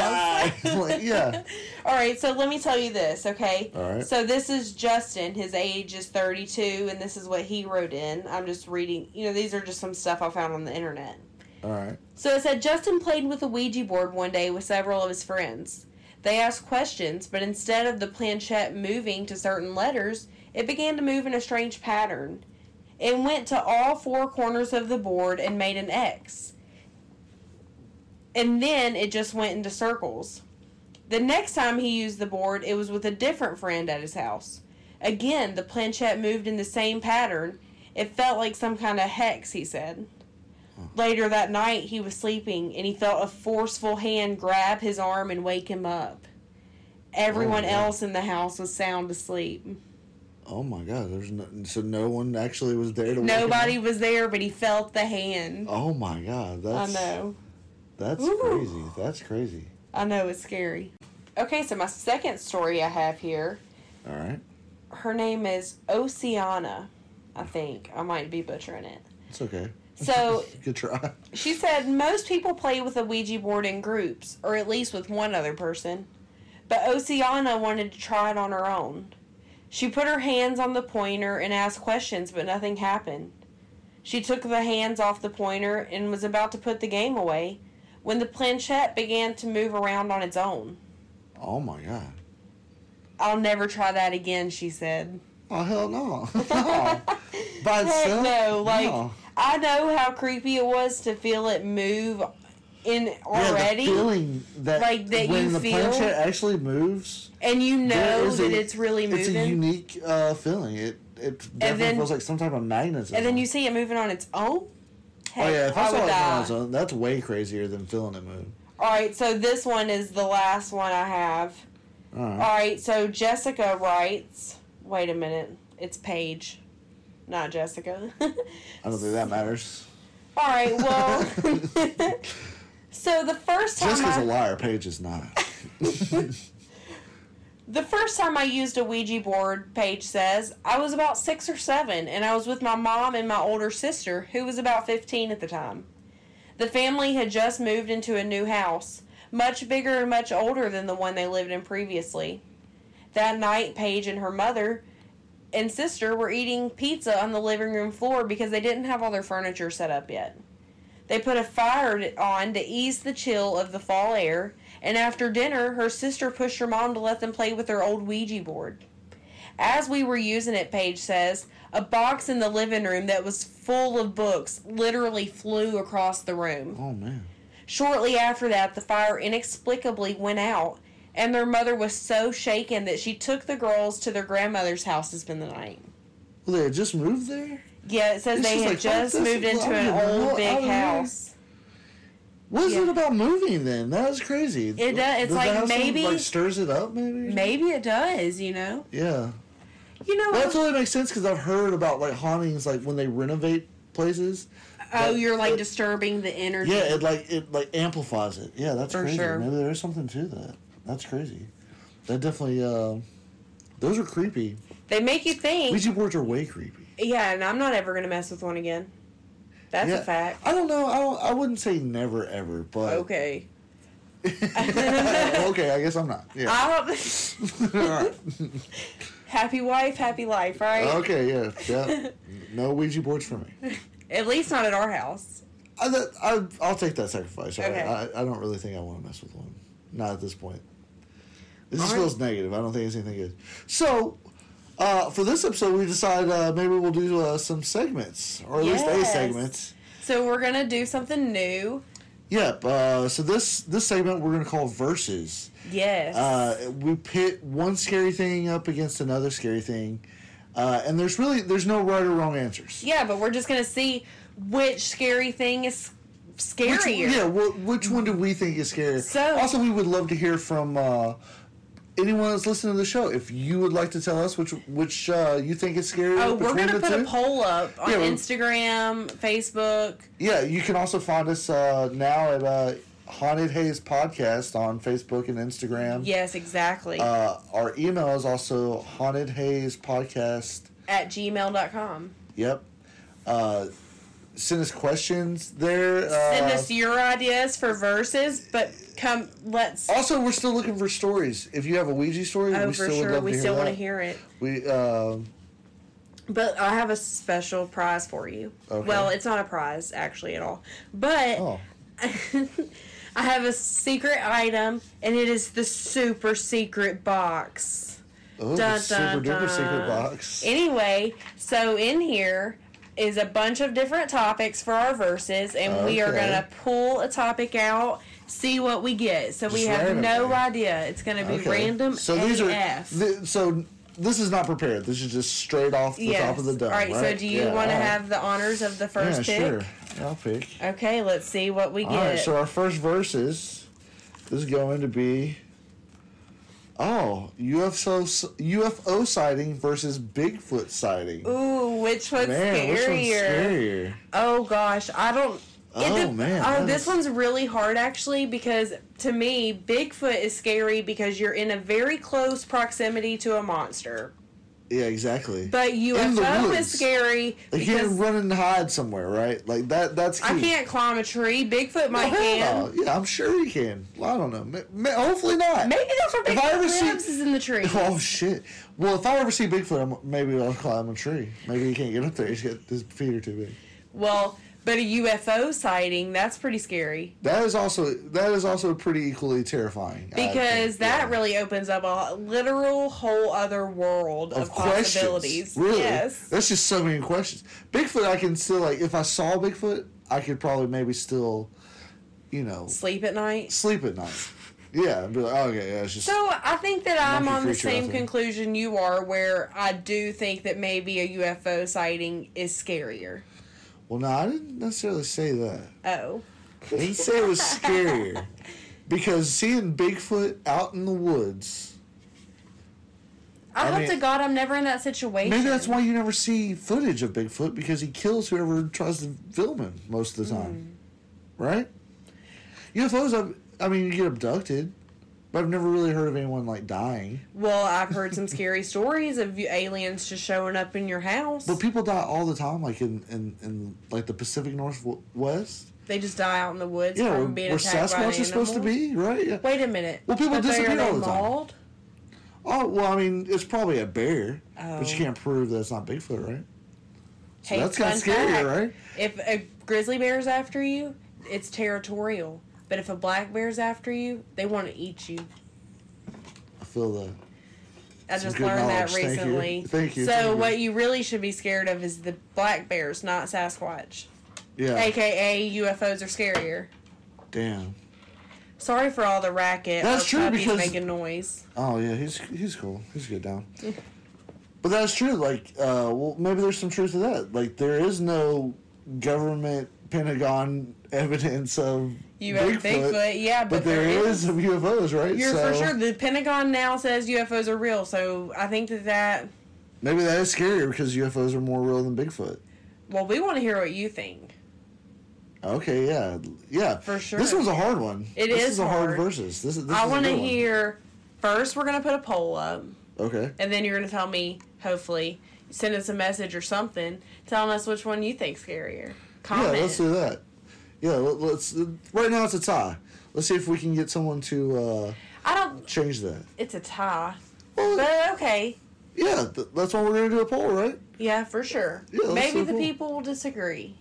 [SPEAKER 3] die. Like, yeah.
[SPEAKER 2] All right, so let me tell you this, okay?
[SPEAKER 3] All right.
[SPEAKER 2] So this is Justin. His age is 32, and this is what he wrote in. I'm just reading, you know, these are just some stuff I found on the internet.
[SPEAKER 3] All right.
[SPEAKER 2] So it said Justin played with a Ouija board one day with several of his friends. They asked questions, but instead of the planchette moving to certain letters, it began to move in a strange pattern. It went to all four corners of the board and made an X. And then it just went into circles. The next time he used the board, it was with a different friend at his house. Again, the planchette moved in the same pattern. It felt like some kind of hex, he said.
[SPEAKER 3] Hmm.
[SPEAKER 2] Later that night, he was sleeping and he felt a forceful hand grab his arm and wake him up. Everyone
[SPEAKER 3] Oh, yeah.
[SPEAKER 2] else in the house was sound asleep.
[SPEAKER 3] Oh my God. There's no, so no one actually was there to. wake him
[SPEAKER 2] Nobody
[SPEAKER 3] up?
[SPEAKER 2] was there, but he felt the hand.
[SPEAKER 3] Oh my God. That's.
[SPEAKER 2] I know.
[SPEAKER 3] That's
[SPEAKER 2] Ooh.
[SPEAKER 3] crazy. That's crazy.
[SPEAKER 2] I know it's scary. Okay, so my second story I have here,
[SPEAKER 3] All right.
[SPEAKER 2] her name is Oceana. I think. I might be butchering it.
[SPEAKER 3] It's okay.
[SPEAKER 2] So
[SPEAKER 3] Good try.
[SPEAKER 2] She said most people play with a Ouija board in groups, or at least with one other person. But Oceana wanted to try it on her own. She put her hands on the pointer and asked questions, but nothing happened. She took the hands off the pointer and was about to put the game away when the planchette began to move around on its own.
[SPEAKER 3] Oh my god.
[SPEAKER 2] I'll never try that again, she said.
[SPEAKER 3] Oh hell no. no. By
[SPEAKER 2] Heck
[SPEAKER 3] itself.
[SPEAKER 2] no, like
[SPEAKER 3] no.
[SPEAKER 2] I know how creepy it was to feel it move in
[SPEAKER 3] Yeah, the
[SPEAKER 2] already.
[SPEAKER 3] feeling that
[SPEAKER 2] like, that
[SPEAKER 3] when
[SPEAKER 2] you
[SPEAKER 3] the
[SPEAKER 2] feel-
[SPEAKER 3] planchet actually moves.
[SPEAKER 2] and you
[SPEAKER 3] there
[SPEAKER 2] know
[SPEAKER 3] is
[SPEAKER 2] that
[SPEAKER 3] a-
[SPEAKER 2] it's really moving.
[SPEAKER 3] It's a unique uh, feeling. It it definitely
[SPEAKER 2] then-
[SPEAKER 3] feels like some type of magnetism.
[SPEAKER 2] and then you see it moving on its own.
[SPEAKER 3] Oh yeah,
[SPEAKER 2] Heck,
[SPEAKER 3] if I, saw
[SPEAKER 2] would
[SPEAKER 3] it
[SPEAKER 2] die.
[SPEAKER 3] on its own, that's way crazier than feeling it move.
[SPEAKER 2] All right, so this one is the last one I have.
[SPEAKER 3] All right.
[SPEAKER 2] All right, so Jessica writes. Wait a minute, it's Paige, not Jessica.
[SPEAKER 3] I don't think that matters.
[SPEAKER 2] All right, well. so the first time
[SPEAKER 3] Jessica's
[SPEAKER 2] I,
[SPEAKER 3] a liar. Paige is not.
[SPEAKER 2] The first time I used a Ouija board, Paige says, I was about six or seven, and I was with my mom and my older sister, who was about 15 at the time. The family had just moved into a new house, much bigger and much older than the one they lived in previously. That night, Paige and her mother and sister were eating pizza on the living room floor because they didn't have all their furniture set up yet. They put a fire t- on to ease the chill of the fall air, and after dinner, her sister pushed her mom to let them play with their old Ouija board. As we were using it, Paige says, a box in the living room that was full of books literally flew across the room.
[SPEAKER 3] Oh man.
[SPEAKER 2] Shortly after that, the fire inexplicably went out, and their mother was so shaken that she took the girls to their grandmother's house to spend the night.
[SPEAKER 3] Well, they had just moved there.
[SPEAKER 2] Yeah, it says
[SPEAKER 3] It's
[SPEAKER 2] they
[SPEAKER 3] just
[SPEAKER 2] had
[SPEAKER 3] like, fuck
[SPEAKER 2] just
[SPEAKER 3] this,
[SPEAKER 2] moved into
[SPEAKER 3] I'm
[SPEAKER 2] an
[SPEAKER 3] gonna
[SPEAKER 2] old
[SPEAKER 3] roll out
[SPEAKER 2] big
[SPEAKER 3] of here.
[SPEAKER 2] house.
[SPEAKER 3] What is
[SPEAKER 2] Yeah.
[SPEAKER 3] it about moving then? That was crazy. It
[SPEAKER 2] does- it's like, maybe-
[SPEAKER 3] like stirs it up maybe.
[SPEAKER 2] Maybe it does, you know.
[SPEAKER 3] Yeah.
[SPEAKER 2] You know.
[SPEAKER 3] Well, that totally makes sense because I've heard about like hauntings like when they renovate places.
[SPEAKER 2] oh,
[SPEAKER 3] that-
[SPEAKER 2] you're like
[SPEAKER 3] it-
[SPEAKER 2] disturbing the energy.
[SPEAKER 3] Yeah, it like it like amplifies it. Yeah, that's
[SPEAKER 2] For
[SPEAKER 3] crazy.
[SPEAKER 2] sure.
[SPEAKER 3] Maybe there's something to that. That's crazy. That definitely. Uh, those are creepy.
[SPEAKER 2] they make you think.
[SPEAKER 3] Ouija boards are way creepy.
[SPEAKER 2] yeah, and I'm not ever gonna mess with one again. That's
[SPEAKER 3] yeah.
[SPEAKER 2] a fact.
[SPEAKER 3] I don't know. I don't. I wouldn't say never ever, but
[SPEAKER 2] Okay.
[SPEAKER 3] okay, I guess I'm not. Yeah.
[SPEAKER 2] I'll-
[SPEAKER 3] All right.
[SPEAKER 2] happy wife, happy life, right?
[SPEAKER 3] Okay. Yeah. Yeah. No Ouija boards for me.
[SPEAKER 2] At least not at our house.
[SPEAKER 3] I, that, I I'll take that sacrifice. I-
[SPEAKER 2] Okay.
[SPEAKER 3] I, I don't really think I want to mess with one. Not at this point. This just
[SPEAKER 2] All right.
[SPEAKER 3] feels negative. I don't think it's anything good. So. Uh, for this episode, we decided uh, maybe we'll do uh, some segments, or at least a
[SPEAKER 2] Yes.
[SPEAKER 3] segment.
[SPEAKER 2] So we're gonna do something new.
[SPEAKER 3] Yep. Uh, so this this segment we're gonna call verses.
[SPEAKER 2] Yes.
[SPEAKER 3] Uh, we pit one scary thing up against another scary thing, uh, and there's really there's no right or wrong answers.
[SPEAKER 2] yeah, but we're just gonna see which scary thing is scarier.
[SPEAKER 3] Which, yeah, wh- which one do we think is scarier?
[SPEAKER 2] So-
[SPEAKER 3] also, we would love to hear from uh, anyone that's listening to the show. If you would like to tell us which which uh, you think is scarier,
[SPEAKER 2] Oh, we're
[SPEAKER 3] between
[SPEAKER 2] gonna
[SPEAKER 3] the
[SPEAKER 2] put
[SPEAKER 3] two.
[SPEAKER 2] a poll up on
[SPEAKER 3] Yeah, we-
[SPEAKER 2] Instagram, Facebook.
[SPEAKER 3] Yeah, you can also find us uh, now at uh, Haunted Haze Podcast on Facebook and Instagram.
[SPEAKER 2] Yes, exactly.
[SPEAKER 3] Uh, our email is also Haunted Haze Podcast
[SPEAKER 2] at gmail.com.
[SPEAKER 3] Yep. Uh, send us questions there. Uh,
[SPEAKER 2] Send us your ideas for verses, but come, let's.
[SPEAKER 3] also, we're still looking for stories. If you have a Ouija story,
[SPEAKER 2] Oh,
[SPEAKER 3] Oh, we
[SPEAKER 2] for
[SPEAKER 3] still would
[SPEAKER 2] sure.
[SPEAKER 3] love
[SPEAKER 2] We
[SPEAKER 3] to
[SPEAKER 2] still want to
[SPEAKER 3] that.
[SPEAKER 2] hear it.
[SPEAKER 3] We um
[SPEAKER 2] But I have a special prize for you.
[SPEAKER 3] Okay.
[SPEAKER 2] Well, it's not a prize, actually, at all. But
[SPEAKER 3] oh
[SPEAKER 2] I have a secret item, and it is the super secret box.
[SPEAKER 3] oh
[SPEAKER 2] Dun,
[SPEAKER 3] the super
[SPEAKER 2] dun,
[SPEAKER 3] duper secret
[SPEAKER 2] dun.
[SPEAKER 3] box.
[SPEAKER 2] Anyway, so in here is a bunch of different topics for our verses, and we are
[SPEAKER 3] Okay.
[SPEAKER 2] going to pull a topic out, see what we get. So we
[SPEAKER 3] Just
[SPEAKER 2] have no
[SPEAKER 3] randomly.
[SPEAKER 2] idea. It's going to be
[SPEAKER 3] Okay.
[SPEAKER 2] random
[SPEAKER 3] So these are
[SPEAKER 2] AF.
[SPEAKER 3] thi- so. This is not prepared. This is just straight off the
[SPEAKER 2] Yes.
[SPEAKER 3] top of the dome.
[SPEAKER 2] All right, so do you
[SPEAKER 3] Yeah,
[SPEAKER 2] want to
[SPEAKER 3] all right.
[SPEAKER 2] have the honors of the
[SPEAKER 3] yeah,
[SPEAKER 2] first pick?
[SPEAKER 3] sure. I'll pick.
[SPEAKER 2] Okay, let's see what we get.
[SPEAKER 3] All right, so our first verses is going to be oh UFO s- UFO sighting versus Bigfoot sighting.
[SPEAKER 2] Ooh, which one's
[SPEAKER 3] man,
[SPEAKER 2] scarier?
[SPEAKER 3] which one's scarier?
[SPEAKER 2] Oh gosh, I don't. it
[SPEAKER 3] Oh,
[SPEAKER 2] dep-
[SPEAKER 3] man,
[SPEAKER 2] Oh,
[SPEAKER 3] that
[SPEAKER 2] this
[SPEAKER 3] is-
[SPEAKER 2] one's really hard actually because to me, Bigfoot is scary because you're in a very close proximity to a monster.
[SPEAKER 3] Yeah, exactly.
[SPEAKER 2] But UFO
[SPEAKER 3] woods.
[SPEAKER 2] is scary
[SPEAKER 3] Like you can
[SPEAKER 2] because
[SPEAKER 3] run and hide somewhere, right? Like that. That's key.
[SPEAKER 2] I can't climb a tree. Bigfoot might
[SPEAKER 3] Yeah,
[SPEAKER 2] can.
[SPEAKER 3] yeah, I'm sure he can. Well, I don't know. Ma- ma- Hopefully not.
[SPEAKER 2] Maybe that's where
[SPEAKER 3] If I ever
[SPEAKER 2] Bigfoot
[SPEAKER 3] see-
[SPEAKER 2] lives is in the tree.
[SPEAKER 3] Oh shit! Well, if I ever see Bigfoot, I'm, maybe I'll climb a tree. Maybe he can't get up there. He's got his feet are too big.
[SPEAKER 2] Well, but a UFO sighting that's pretty scary
[SPEAKER 3] That is also that is also pretty equally terrifying. I think,
[SPEAKER 2] because that
[SPEAKER 3] yeah.
[SPEAKER 2] really opens up a literal whole other world of, possibilities.
[SPEAKER 3] Really?
[SPEAKER 2] Yes.
[SPEAKER 3] That's just so many questions. Bigfoot, I can still like if I saw Bigfoot, I could probably maybe still, you know,
[SPEAKER 2] Sleep at night.
[SPEAKER 3] sleep at night. Yeah, and be like, okay, yeah, it's just
[SPEAKER 2] So I think that I'm
[SPEAKER 3] Monkey
[SPEAKER 2] on the
[SPEAKER 3] creature, I
[SPEAKER 2] same
[SPEAKER 3] think.
[SPEAKER 2] conclusion you are, where I do think that maybe a UFO sighting is scarier.
[SPEAKER 3] well, no, I didn't necessarily say that.
[SPEAKER 2] Oh,
[SPEAKER 3] I didn't say it was scarier because seeing Bigfoot out in the woods.
[SPEAKER 2] I,
[SPEAKER 3] I
[SPEAKER 2] hope
[SPEAKER 3] mean-
[SPEAKER 2] to God I'm never in that situation.
[SPEAKER 3] Maybe that's why you never see footage of Bigfoot because he kills whoever tries to film him most of the time,
[SPEAKER 2] Hmm.
[SPEAKER 3] right? UFOs, I've, I mean, you get abducted, but I've never really heard of anyone like dying.
[SPEAKER 2] Well, I've heard some scary stories of you- aliens just showing up in your house.
[SPEAKER 3] But people die all the time, like in in, in like the Pacific Northwest.
[SPEAKER 2] they just die out in the woods
[SPEAKER 3] Yeah, where,
[SPEAKER 2] from being
[SPEAKER 3] where
[SPEAKER 2] attacked by an
[SPEAKER 3] Sasquatch is supposed to
[SPEAKER 2] animal.
[SPEAKER 3] be, right? Yeah.
[SPEAKER 2] Wait a minute.
[SPEAKER 3] Well, people
[SPEAKER 2] But they- are
[SPEAKER 3] disappear
[SPEAKER 2] they
[SPEAKER 3] all the time.
[SPEAKER 2] mauled?
[SPEAKER 3] Oh well, I mean, it's probably a bear, but
[SPEAKER 2] Oh.
[SPEAKER 3] you can't prove that it's not Bigfoot, right? So
[SPEAKER 2] Hey,
[SPEAKER 3] that's kind of
[SPEAKER 2] fun
[SPEAKER 3] scary,
[SPEAKER 2] fact.
[SPEAKER 3] right?
[SPEAKER 2] If a grizzly bear's after you, it's territorial. But if a black bear's after you, they want to eat you.
[SPEAKER 3] I feel that.
[SPEAKER 2] I
[SPEAKER 3] Some
[SPEAKER 2] just
[SPEAKER 3] good
[SPEAKER 2] learned that
[SPEAKER 3] knowledge. Thank you.
[SPEAKER 2] recently.
[SPEAKER 3] Thank you.
[SPEAKER 2] So
[SPEAKER 3] Thank you.
[SPEAKER 2] what you really should be scared of is the black bears, not Sasquatch.
[SPEAKER 3] Yeah.
[SPEAKER 2] AKA UFOs are scarier.
[SPEAKER 3] Damn.
[SPEAKER 2] Sorry for all the racket.
[SPEAKER 3] That's
[SPEAKER 2] Our
[SPEAKER 3] true,
[SPEAKER 2] puppy's
[SPEAKER 3] because-
[SPEAKER 2] making noise.
[SPEAKER 3] Oh yeah, he's he's cool. He's good down. but that's true. Like, uh, well, maybe there's some truth to that. Like, there is no government Pentagon evidence of
[SPEAKER 2] You have Bigfoot, yeah,
[SPEAKER 3] but, there is some UFOs, right?
[SPEAKER 2] You're
[SPEAKER 3] so
[SPEAKER 2] for sure. The Pentagon now says UFOs are real, so I think that that.
[SPEAKER 3] maybe that is scarier because UFOs are more real than Bigfoot.
[SPEAKER 2] Well, we want to hear what you think.
[SPEAKER 3] Okay, yeah, yeah,
[SPEAKER 2] For sure.
[SPEAKER 3] This one's a hard one.
[SPEAKER 2] It
[SPEAKER 3] this
[SPEAKER 2] is
[SPEAKER 3] a hard,
[SPEAKER 2] hard.
[SPEAKER 3] versus. This is. This
[SPEAKER 2] I
[SPEAKER 3] is a
[SPEAKER 2] want to
[SPEAKER 3] good one.
[SPEAKER 2] hear. First, we're gonna put a poll up,
[SPEAKER 3] Okay.
[SPEAKER 2] and then you're gonna tell me. Hopefully, send us a message or something telling us which one you think's scarier. Comment.
[SPEAKER 3] Yeah, let's do that. Yeah, let, let's. Right now it's a tie. Let's see if we can get someone to uh,
[SPEAKER 2] I don't.
[SPEAKER 3] change that.
[SPEAKER 2] It's a tie,
[SPEAKER 3] Well,
[SPEAKER 2] but okay.
[SPEAKER 3] Yeah, th- that's why we're gonna do a poll, right?
[SPEAKER 2] Yeah, for sure.
[SPEAKER 3] Yeah, that's
[SPEAKER 2] Maybe
[SPEAKER 3] so
[SPEAKER 2] the
[SPEAKER 3] cool.
[SPEAKER 2] people will disagree.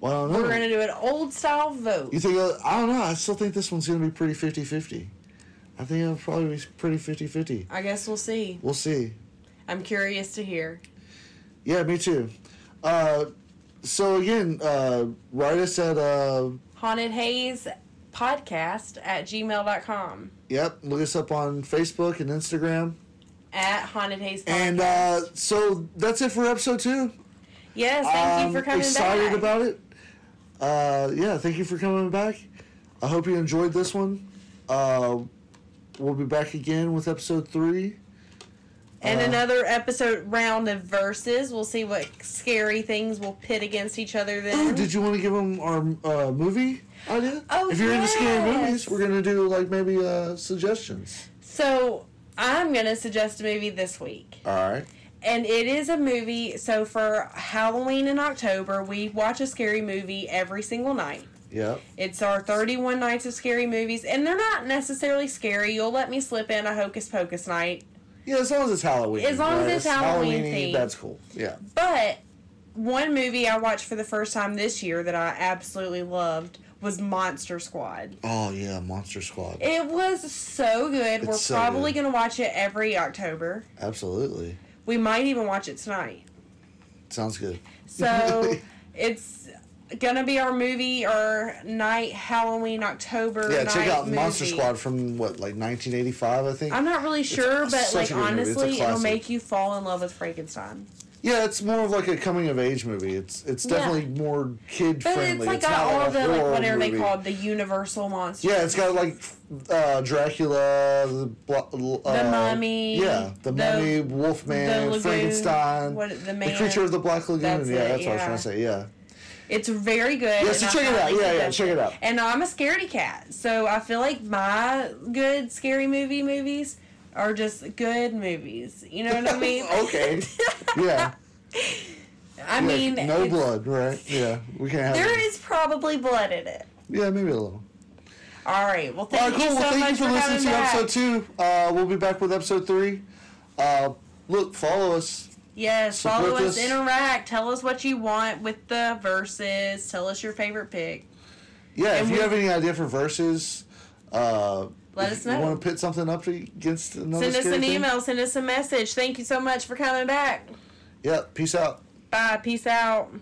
[SPEAKER 3] Well, I don't know.
[SPEAKER 2] We're gonna do an old style vote.
[SPEAKER 3] you think? uh, I don't know. I still think this one's gonna be pretty 50-50. I think it'll probably be pretty 50-50.
[SPEAKER 2] I guess we'll see.
[SPEAKER 3] We'll see.
[SPEAKER 2] I'm curious to hear.
[SPEAKER 3] Yeah, me too. Uh, so again, uh, write us at uh,
[SPEAKER 2] haunted haze podcast at gmail.com
[SPEAKER 3] yep. Look us up on Facebook and Instagram.
[SPEAKER 2] at haunted haze podcast.
[SPEAKER 3] And uh, so that's it for episode two.
[SPEAKER 2] yes thank you for coming
[SPEAKER 3] Um, excited
[SPEAKER 2] back
[SPEAKER 3] about it. Uh, yeah, thank you for coming back. I hope you enjoyed this one. Uh, we'll be back again with episode three.
[SPEAKER 2] and
[SPEAKER 3] uh,
[SPEAKER 2] another episode round of verses we'll see what scary things will pit against each other then
[SPEAKER 3] Ooh, Oh, did you want to give them our uh, movie idea?
[SPEAKER 2] Oh,
[SPEAKER 3] if you're into scary
[SPEAKER 2] yes.
[SPEAKER 3] movies, we're gonna do like maybe uh, suggestions.
[SPEAKER 2] so i'm gonna suggest a movie this week
[SPEAKER 3] All right.
[SPEAKER 2] and it is a movie so for halloween in october we watch a scary movie every single night
[SPEAKER 3] Yep.
[SPEAKER 2] It's our 31 nights of scary movies, and they're not necessarily scary. You'll let me slip in a hocus pocus night.
[SPEAKER 3] Yeah, as long as it's Halloween.
[SPEAKER 2] As long as
[SPEAKER 3] right?
[SPEAKER 2] it's Halloween
[SPEAKER 3] Halloween-y,
[SPEAKER 2] themed.
[SPEAKER 3] that's cool. Yeah.
[SPEAKER 2] But one movie I watched for the first time this year that I absolutely loved was Monster Squad.
[SPEAKER 3] Oh yeah, Monster Squad.
[SPEAKER 2] It was so good. We're
[SPEAKER 3] so
[SPEAKER 2] probably
[SPEAKER 3] good.
[SPEAKER 2] going to watch it every October.
[SPEAKER 3] Absolutely.
[SPEAKER 2] We might even watch it tonight.
[SPEAKER 3] Sounds good.
[SPEAKER 2] So it's going to be our movie or night Halloween October
[SPEAKER 3] Yeah,
[SPEAKER 2] night
[SPEAKER 3] check out Monster
[SPEAKER 2] movie.
[SPEAKER 3] Squad from what, like 1985, I think.
[SPEAKER 2] I'm not really sure, but
[SPEAKER 3] such
[SPEAKER 2] like
[SPEAKER 3] a good movie. It's a
[SPEAKER 2] honestly, it'll
[SPEAKER 3] classic.
[SPEAKER 2] make you fall in love with Frankenstein.
[SPEAKER 3] Yeah, it's more of like a coming of age movie. It's it's
[SPEAKER 2] Yeah.
[SPEAKER 3] definitely more kid
[SPEAKER 2] But
[SPEAKER 3] friendly.
[SPEAKER 2] it's like got
[SPEAKER 3] not
[SPEAKER 2] all
[SPEAKER 3] a
[SPEAKER 2] the like
[SPEAKER 3] horror
[SPEAKER 2] whatever they
[SPEAKER 3] movie.
[SPEAKER 2] call it, the universal monster.
[SPEAKER 3] Yeah, it's got like uh, Dracula, the blo- uh,
[SPEAKER 2] Mummy,
[SPEAKER 3] Yeah, the,
[SPEAKER 2] the-
[SPEAKER 3] mummy,
[SPEAKER 2] the
[SPEAKER 3] Wolfman,
[SPEAKER 2] lagoon,
[SPEAKER 3] Frankenstein,
[SPEAKER 2] what- the
[SPEAKER 3] the
[SPEAKER 2] man.
[SPEAKER 3] creature of the Black Lagoon.
[SPEAKER 2] That's
[SPEAKER 3] yeah,
[SPEAKER 2] it,
[SPEAKER 3] that's what I was
[SPEAKER 2] yeah.
[SPEAKER 3] trying to say. Yeah,
[SPEAKER 2] It's very good.
[SPEAKER 3] Yeah, so
[SPEAKER 2] and I
[SPEAKER 3] check it out. Yeah,
[SPEAKER 2] highly
[SPEAKER 3] yeah,
[SPEAKER 2] suggest
[SPEAKER 3] check it out.
[SPEAKER 2] And I'm a scaredy cat, so I feel like my good scary movie movies are just good movies. You know what I mean?
[SPEAKER 3] okay. Yeah.
[SPEAKER 2] I mean,
[SPEAKER 3] no
[SPEAKER 2] it's-
[SPEAKER 3] blood, right? Yeah, we can't have.
[SPEAKER 2] There
[SPEAKER 3] it.
[SPEAKER 2] is probably blood in it.
[SPEAKER 3] Yeah, maybe a little.
[SPEAKER 2] All right. Well,
[SPEAKER 3] All
[SPEAKER 2] thank
[SPEAKER 3] right, cool.
[SPEAKER 2] you so
[SPEAKER 3] well, thank
[SPEAKER 2] much
[SPEAKER 3] you for,
[SPEAKER 2] for,
[SPEAKER 3] listening
[SPEAKER 2] coming
[SPEAKER 3] to
[SPEAKER 2] back.
[SPEAKER 3] episode two. Uh, we'll be back with episode three. Uh, look, follow us.
[SPEAKER 2] Yes, follow
[SPEAKER 3] Support
[SPEAKER 2] us,
[SPEAKER 3] this.
[SPEAKER 2] interact, tell us what you want with the verses, tell us your favorite pick.
[SPEAKER 3] Yeah,
[SPEAKER 2] And
[SPEAKER 3] if you
[SPEAKER 2] we-
[SPEAKER 3] have any idea for verses, uh,
[SPEAKER 2] Let
[SPEAKER 3] if
[SPEAKER 2] us
[SPEAKER 3] You
[SPEAKER 2] know.
[SPEAKER 3] want to pit something up against another?
[SPEAKER 2] Send us
[SPEAKER 3] scary
[SPEAKER 2] an
[SPEAKER 3] thing?
[SPEAKER 2] email, send us a message. Thank you so much for coming back.
[SPEAKER 3] Yeah. Peace out.
[SPEAKER 2] Bye, peace out.